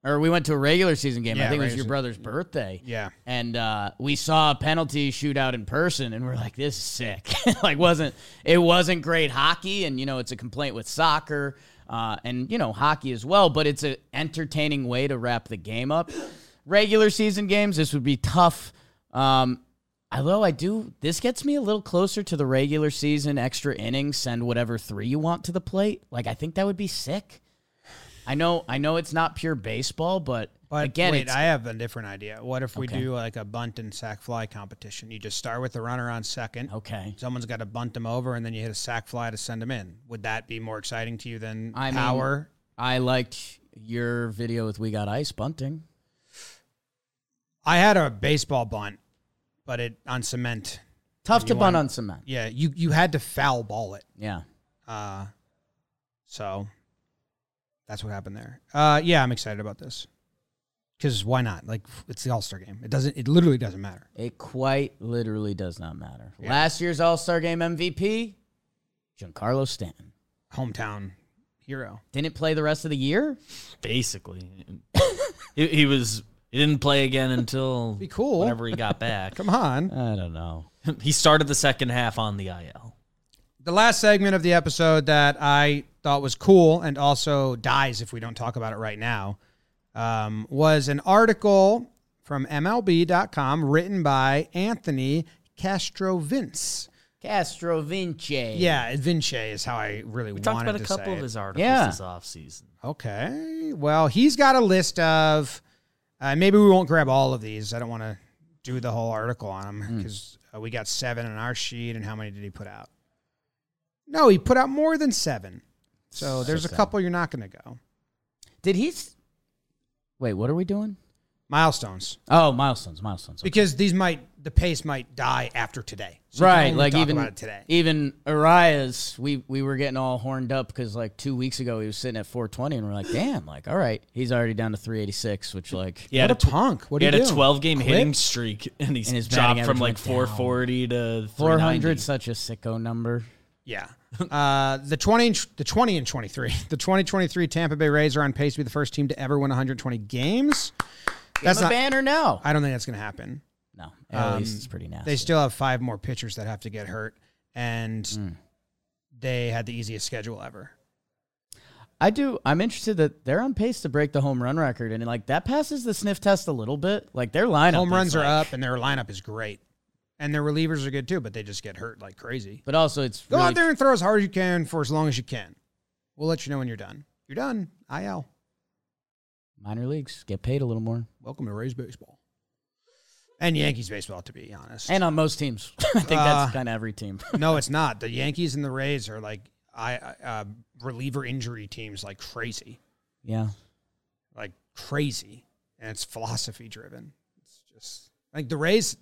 Speaker 2: or we went to a regular season game. I
Speaker 1: Yeah,
Speaker 2: think it was
Speaker 1: regular
Speaker 2: your
Speaker 1: season.
Speaker 2: brother's birthday
Speaker 1: Yeah.
Speaker 2: and uh, we saw a penalty shootout in person, and we're like, "This is sick!" like, wasn't it wasn't great hockey, and you know, it's a complaint with soccer uh, and you know hockey as well, but it's an entertaining way to wrap the game up. Regular season games, this would be tough. Um, although I do, this gets me a little closer to the regular season extra innings. Send whatever three you want to the plate. Like, I think that would be sick. I know, I know, it's not pure baseball, but,
Speaker 1: But
Speaker 2: again,
Speaker 1: wait,
Speaker 2: it's
Speaker 1: I have a different idea. What if we
Speaker 2: Okay.
Speaker 1: do like a bunt and sack fly competition? You just start with the runner on second.
Speaker 2: okay.
Speaker 1: Someone's got to bunt them over, and then you hit a sack fly to send them in. Would that be more exciting to you than
Speaker 2: I mean-
Speaker 1: power?
Speaker 2: I liked your video with We Got Ice bunting.
Speaker 1: I had a baseball bunt, but it on cement.
Speaker 2: Tough to
Speaker 1: You
Speaker 2: bunt
Speaker 1: want-
Speaker 2: on cement.
Speaker 1: Yeah, you you had to foul ball it.
Speaker 2: Yeah.
Speaker 1: Uh, so that's what happened there. Uh, yeah, I'm excited about this because why not? Like it's the All Star game. It doesn't. It literally doesn't matter.
Speaker 2: It quite literally does not matter. Last year's All Star Game MVP, Giancarlo Stanton.
Speaker 1: Hometown hero.
Speaker 2: Didn't play the rest of the year?
Speaker 3: Basically, he, he was he didn't play again until
Speaker 1: Be cool.
Speaker 3: whenever he got back.
Speaker 1: Come on.
Speaker 2: I don't know.
Speaker 3: he started the second half on the IL.
Speaker 1: The last segment of the episode that I thought was cool and also dies if we don't talk about it right now um, was an article from MLB.com written by Anthony Castro Vince.
Speaker 2: Castro Vinci.
Speaker 1: Yeah, Vince is how I really
Speaker 3: We
Speaker 1: wanted
Speaker 3: talked about a
Speaker 1: to
Speaker 3: couple
Speaker 1: say
Speaker 3: of
Speaker 1: it.
Speaker 3: his articles
Speaker 2: Yeah.
Speaker 3: this offseason.
Speaker 1: Okay. Well, he's got a list of. Uh, maybe we won't grab all of these. I don't want to do the whole article on them
Speaker 3: Hmm.
Speaker 1: because uh, we got seven on our sheet. And how many did he put out? No, he put out more than seven. So there's a
Speaker 2: Six,
Speaker 1: couple you're not going to go.
Speaker 2: Did he. s- Wait, what are we doing?
Speaker 1: Milestones
Speaker 2: Oh, milestones, milestones.
Speaker 1: because these might the pace might die after today. So you can
Speaker 2: right,
Speaker 1: only
Speaker 2: like
Speaker 1: talk
Speaker 2: even
Speaker 1: about it today.
Speaker 2: even Arias, we we were getting all horned up because like two weeks ago he was sitting at 420, and we're like, damn, like all right, he's already down to 386, which like
Speaker 3: He
Speaker 1: what
Speaker 3: had
Speaker 1: a
Speaker 3: a, tw-
Speaker 1: punk! What
Speaker 3: he
Speaker 1: do you
Speaker 3: had a
Speaker 1: do?
Speaker 3: 12 game
Speaker 1: Quit?
Speaker 3: hitting streak, and he's
Speaker 2: And his batting
Speaker 3: dropped from
Speaker 2: average went down.
Speaker 3: like 440 to
Speaker 2: 400,
Speaker 3: 400.
Speaker 2: such a sicko number.
Speaker 1: Yeah. Uh, the 20 and, the 20 and 23. The 2023 Tampa Bay Rays are on pace to be the first team to ever win 120 games. That's
Speaker 2: I'm
Speaker 1: not
Speaker 2: a banner now.
Speaker 1: I don't think that's going to happen.
Speaker 2: No, at
Speaker 1: Um,
Speaker 2: least it's pretty nasty.
Speaker 1: They still have five more pitchers that have to get hurt and
Speaker 3: Hmm.
Speaker 1: they had the easiest schedule ever.
Speaker 2: I do. I'm interested that they're on pace to break the home run record, and like that passes the sniff test a little bit. Like their lineup,
Speaker 1: Home
Speaker 2: is,
Speaker 1: runs are
Speaker 2: like-
Speaker 1: up and their lineup is great. And their relievers are good too, but they just get hurt like crazy.
Speaker 2: but also it's
Speaker 1: Go
Speaker 2: really-
Speaker 1: out there and throw as hard as you can for as long as you can. We'll let you know when you're done. You're done. IL.
Speaker 2: minor leagues get paid a little more,
Speaker 1: Welcome to Rays baseball. And Yankees baseball to be honest.
Speaker 2: and on most teams, I think
Speaker 1: Uh,
Speaker 2: that's kind of every team.
Speaker 1: No, it's not. The Yankees and the Rays are like I uh, reliever injury teams like crazy,
Speaker 2: yeah,
Speaker 1: like crazy, and it's philosophy driven. It's just like the Rays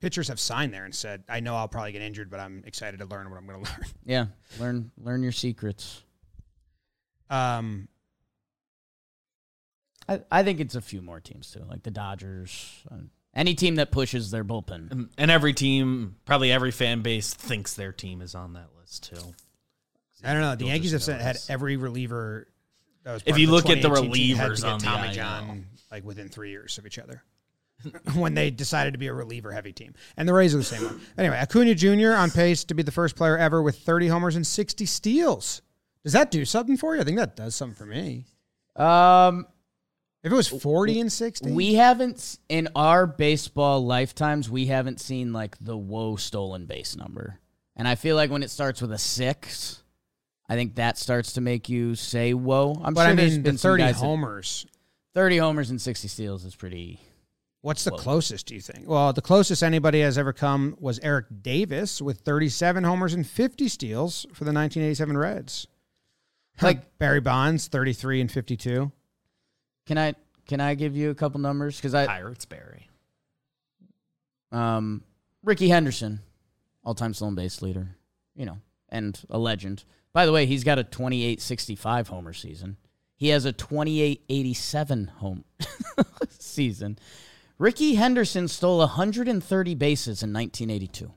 Speaker 1: pitchers have signed there and said, "I know I'll probably get injured, but I'm excited to learn what I'm going to learn."
Speaker 2: yeah. Learn learn your secrets.
Speaker 1: Um,
Speaker 2: I, I think it's a few more teams too, like the Dodgers, uh, any team that pushes their bullpen.
Speaker 3: And- And every team, probably every fan base, thinks their team is on that list too.
Speaker 1: I don't know. The
Speaker 3: You'll
Speaker 1: Yankees have
Speaker 3: just
Speaker 1: sent, had
Speaker 3: notice.
Speaker 1: every reliever. That was
Speaker 3: If
Speaker 1: part
Speaker 3: you
Speaker 1: of
Speaker 3: look at the
Speaker 1: 2018 team had to
Speaker 3: relievers
Speaker 1: get
Speaker 3: on the
Speaker 1: Tommy
Speaker 3: IL.
Speaker 1: John, like within three years of each other, when they decided to be a reliever heavy team, and the Rays are the same one. Anyway, Acuna Jr. on pace to be the first player ever with 30 homers and 60 steals. Does that do something for you? I think that does something for me.
Speaker 2: Um,
Speaker 1: If it was 40 and 60,
Speaker 2: we haven't s- in our baseball lifetimes we haven't seen like the whoa stolen base number, and I feel like when it starts with a six, I think that starts to make you say whoa. I'm
Speaker 1: but
Speaker 2: sure
Speaker 1: I
Speaker 2: there's
Speaker 1: mean, the
Speaker 2: been some
Speaker 1: 30
Speaker 2: guys that-
Speaker 1: homers.
Speaker 2: thirty homers and sixty steals is pretty.
Speaker 1: What's the closest, do you think? Well, the closest anybody has ever come was Eric Davis with 37 homers and 50 steals for the 1987 Reds.
Speaker 2: Like-
Speaker 1: Barry Bonds, 33 and 52.
Speaker 2: Can I can I give you a couple numbers? Because I
Speaker 3: Pirates Barry.
Speaker 2: um, Ricky Henderson, all time stolen base leader, you know, and a legend. By the way, he's got a 2865 homer season. He has a 2887 home season. Ricky Henderson stole 130 bases in 1982.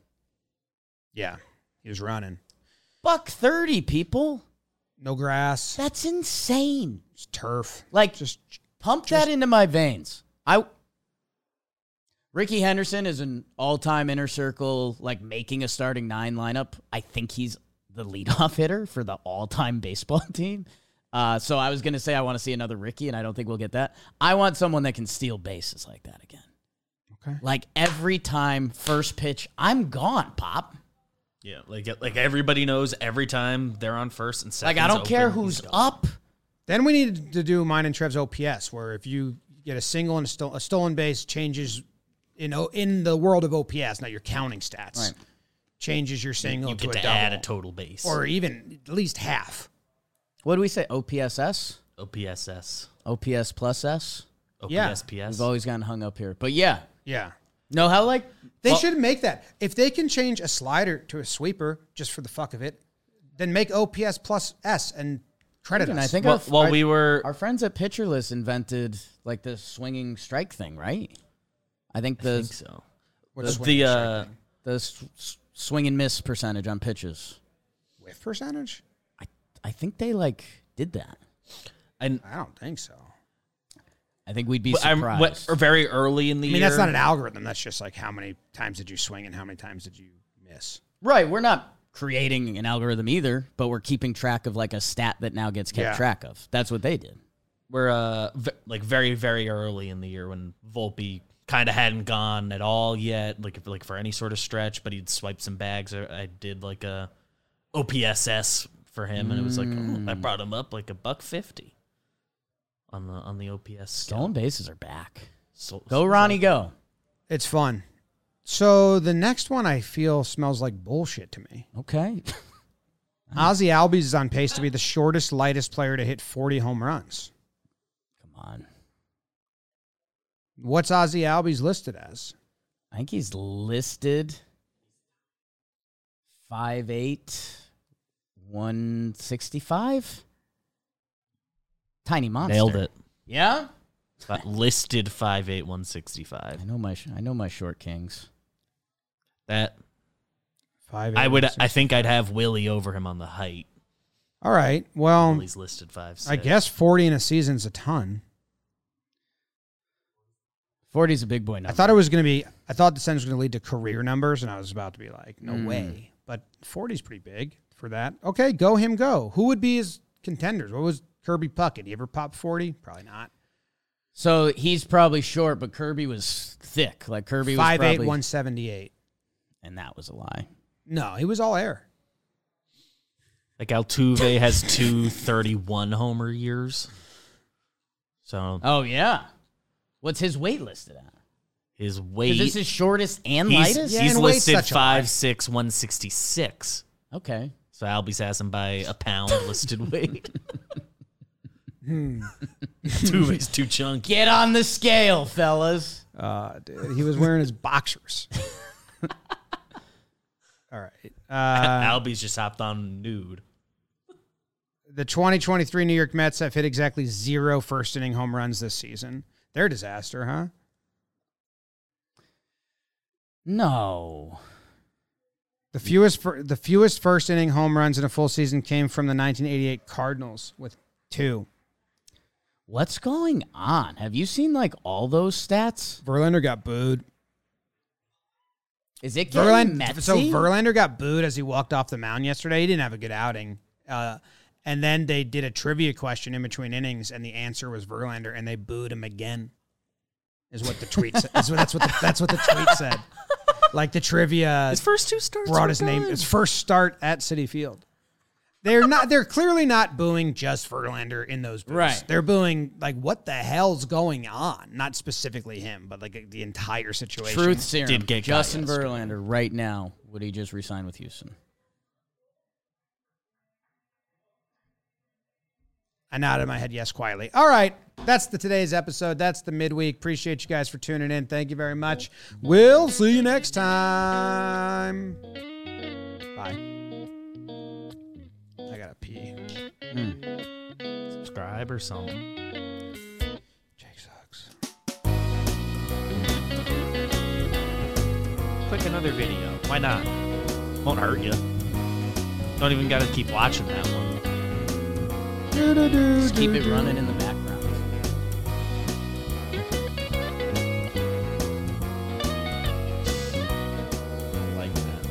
Speaker 1: Yeah, he was running.
Speaker 2: Buck 30, people.
Speaker 1: No grass,
Speaker 2: That's insane.
Speaker 1: it's turf.
Speaker 2: Like,
Speaker 1: Just
Speaker 2: Pump that into my veins. I Ricky Henderson is an all-time inner circle, like making a starting nine lineup. I think he's the leadoff hitter for the all-time baseball team. Uh, so I was gonna say I want to see another Ricky, and I don't think we'll get that. I want someone that can steal bases like that again.
Speaker 1: Okay.
Speaker 2: Like every time first pitch, I'm gone, Pop.
Speaker 3: Yeah, like like everybody knows every time they're on first and second.
Speaker 2: Like I don't care who's up.
Speaker 1: Then we need to do mine and Trev's OPS, where if you get a single and a, stol- a stolen base, changes in o- in the world of OPS. Now you're counting stats,
Speaker 2: Right.
Speaker 1: changes your single
Speaker 3: You
Speaker 1: to
Speaker 3: get
Speaker 1: a
Speaker 3: to
Speaker 1: double,
Speaker 3: add a total base
Speaker 1: or even at least half.
Speaker 2: What do we say? OPSS,
Speaker 3: OPSS,
Speaker 2: OPS plus S.
Speaker 1: Yeah.
Speaker 3: OPSPS.
Speaker 2: We've always gotten hung up here, but yeah,
Speaker 1: Yeah,
Speaker 2: no, how like
Speaker 1: they
Speaker 2: well-
Speaker 1: should make that. If they can change a slider to a sweeper just for the fuck of it, then make OPS plus S and credit
Speaker 2: And
Speaker 1: us.
Speaker 2: I think
Speaker 3: Well,
Speaker 2: our,
Speaker 3: while
Speaker 2: our-
Speaker 3: we were
Speaker 2: our friends at Pitcherless invented like the swinging strike thing, right? I think the
Speaker 3: think so.
Speaker 1: Which is
Speaker 3: The,
Speaker 1: what
Speaker 3: the
Speaker 1: you're saying.
Speaker 3: uh,
Speaker 2: the s- s- swing and miss percentage on pitches.
Speaker 1: whiff percentage,
Speaker 2: I I think they like did that.
Speaker 3: and
Speaker 1: I don't think so.
Speaker 2: I think we'd be
Speaker 3: I'm
Speaker 2: surprised.
Speaker 3: what, or very early in the
Speaker 1: I mean,
Speaker 3: year.
Speaker 1: that's not an algorithm. That's just like how many times did you swing and how many times did you miss.
Speaker 2: right, we're not creating an algorithm either, but we're keeping track of like a stat that now gets kept
Speaker 1: Yeah.
Speaker 2: track of. That's what they did.
Speaker 3: we're uh v- like very very early in the year when Volpe kind of hadn't gone at all yet, like if, like for any sort of stretch, but he'd swipe some bags. Or I did like a OPSS for him, and it was like oh, I brought him up like a buck fifty on the on the OPS scale.
Speaker 2: Stolen bases are back.
Speaker 3: So,
Speaker 2: Go Ronnie, go.
Speaker 1: It's fun. So the next one I feel smells like bullshit to me.
Speaker 2: Okay. Uh-huh.
Speaker 1: Ozzy Albies is on pace to be the shortest, lightest player to hit 40 home runs.
Speaker 2: Come on.
Speaker 1: What's Ozzy Albies listed as?
Speaker 2: I think he's listed five eight, one sixty five. Tiny monster.
Speaker 3: nailed it.
Speaker 2: Yeah.
Speaker 3: But listed five eight one sixty five.
Speaker 2: I know my sh- I know my short kings.
Speaker 3: That
Speaker 1: Five.
Speaker 3: I
Speaker 1: eight,
Speaker 3: would.
Speaker 1: six.
Speaker 3: I think I'd have Willie over him on the height.
Speaker 2: uh,
Speaker 1: All right. Well,
Speaker 3: Willie's listed five.
Speaker 1: I
Speaker 3: six.
Speaker 1: guess 40 in a season's a ton.
Speaker 2: Forty's a big boy number.
Speaker 1: I thought it was going to be. I thought the sentence was going to lead to career numbers, and I was about to be like, no
Speaker 2: Mm.
Speaker 1: way. But 40 is pretty big for that. Okay, go him, go. Who would be his contenders? What was Kirby Puckett? He ever pop 40? Probably not.
Speaker 2: so he's probably short, but Kirby was thick. Like Kirby was
Speaker 1: Five eight
Speaker 2: probably,
Speaker 1: one seventy eight.
Speaker 2: and that was a lie.
Speaker 1: No, he was all air.
Speaker 3: Like Altuve has two 31 homer years. So
Speaker 2: Oh yeah. What's his weight listed at?
Speaker 3: his
Speaker 2: 'Cause
Speaker 3: weight.
Speaker 2: this is shortest and
Speaker 3: he's
Speaker 2: lightest.
Speaker 1: Yeah,
Speaker 3: he's
Speaker 1: and weight's
Speaker 3: listed
Speaker 1: such a lie.
Speaker 3: 5 6 166.
Speaker 2: Okay.
Speaker 3: So Albie's has him by a pound listed weight. Hmm. Altuve's too chunky.
Speaker 2: Get on the scale, fellas.
Speaker 1: Uh, dude, he was wearing his boxers. all right. Uh,
Speaker 3: Albie's just hopped on nude.
Speaker 1: the 2023 New York Mets have hit exactly zero first inning home runs this season. They're a disaster, huh?
Speaker 2: No.
Speaker 1: The fewest fir- the fewest first inning home runs in a full season came from the 1988 Cardinals with two.
Speaker 2: What's going on? Have you seen like all those stats?
Speaker 1: Verlander got booed.
Speaker 2: Is it getting
Speaker 1: Verlander,
Speaker 2: messy?
Speaker 1: so Verlander got booed as he walked off the mound yesterday. He didn't have a good outing. Uh, And then they did a trivia question in between innings, and the answer was Verlander, and they booed him again. Is what the tweet said. Is what, that's what the, that's what the tweet said. Like the trivia
Speaker 3: His first two starts
Speaker 1: brought
Speaker 3: were
Speaker 1: his name
Speaker 3: done.
Speaker 1: his first start at City Field. They're not. They're clearly not booing just Verlander in those booths.
Speaker 2: Right.
Speaker 1: They're booing like what the hell's going on? Not specifically him, but like the entire situation.
Speaker 2: Truth serum.
Speaker 3: Did get caught
Speaker 2: Justin
Speaker 3: yesterday.
Speaker 2: Verlander right now. Would he just resign with Houston?
Speaker 1: I nodded my head yes quietly. All right. That's the today's episode. That's the midweek. Appreciate you guys for tuning in. Thank you very much. We'll see you next time. Bye. I gotta pee.
Speaker 3: Subscribe or something.
Speaker 1: Jake sucks.
Speaker 3: click another video. Why not? Won't hurt you. Don't even gotta keep watching that one.
Speaker 2: Just keep it running in the background.
Speaker 3: I like that.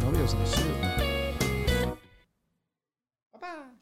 Speaker 1: Nobody was in the suit.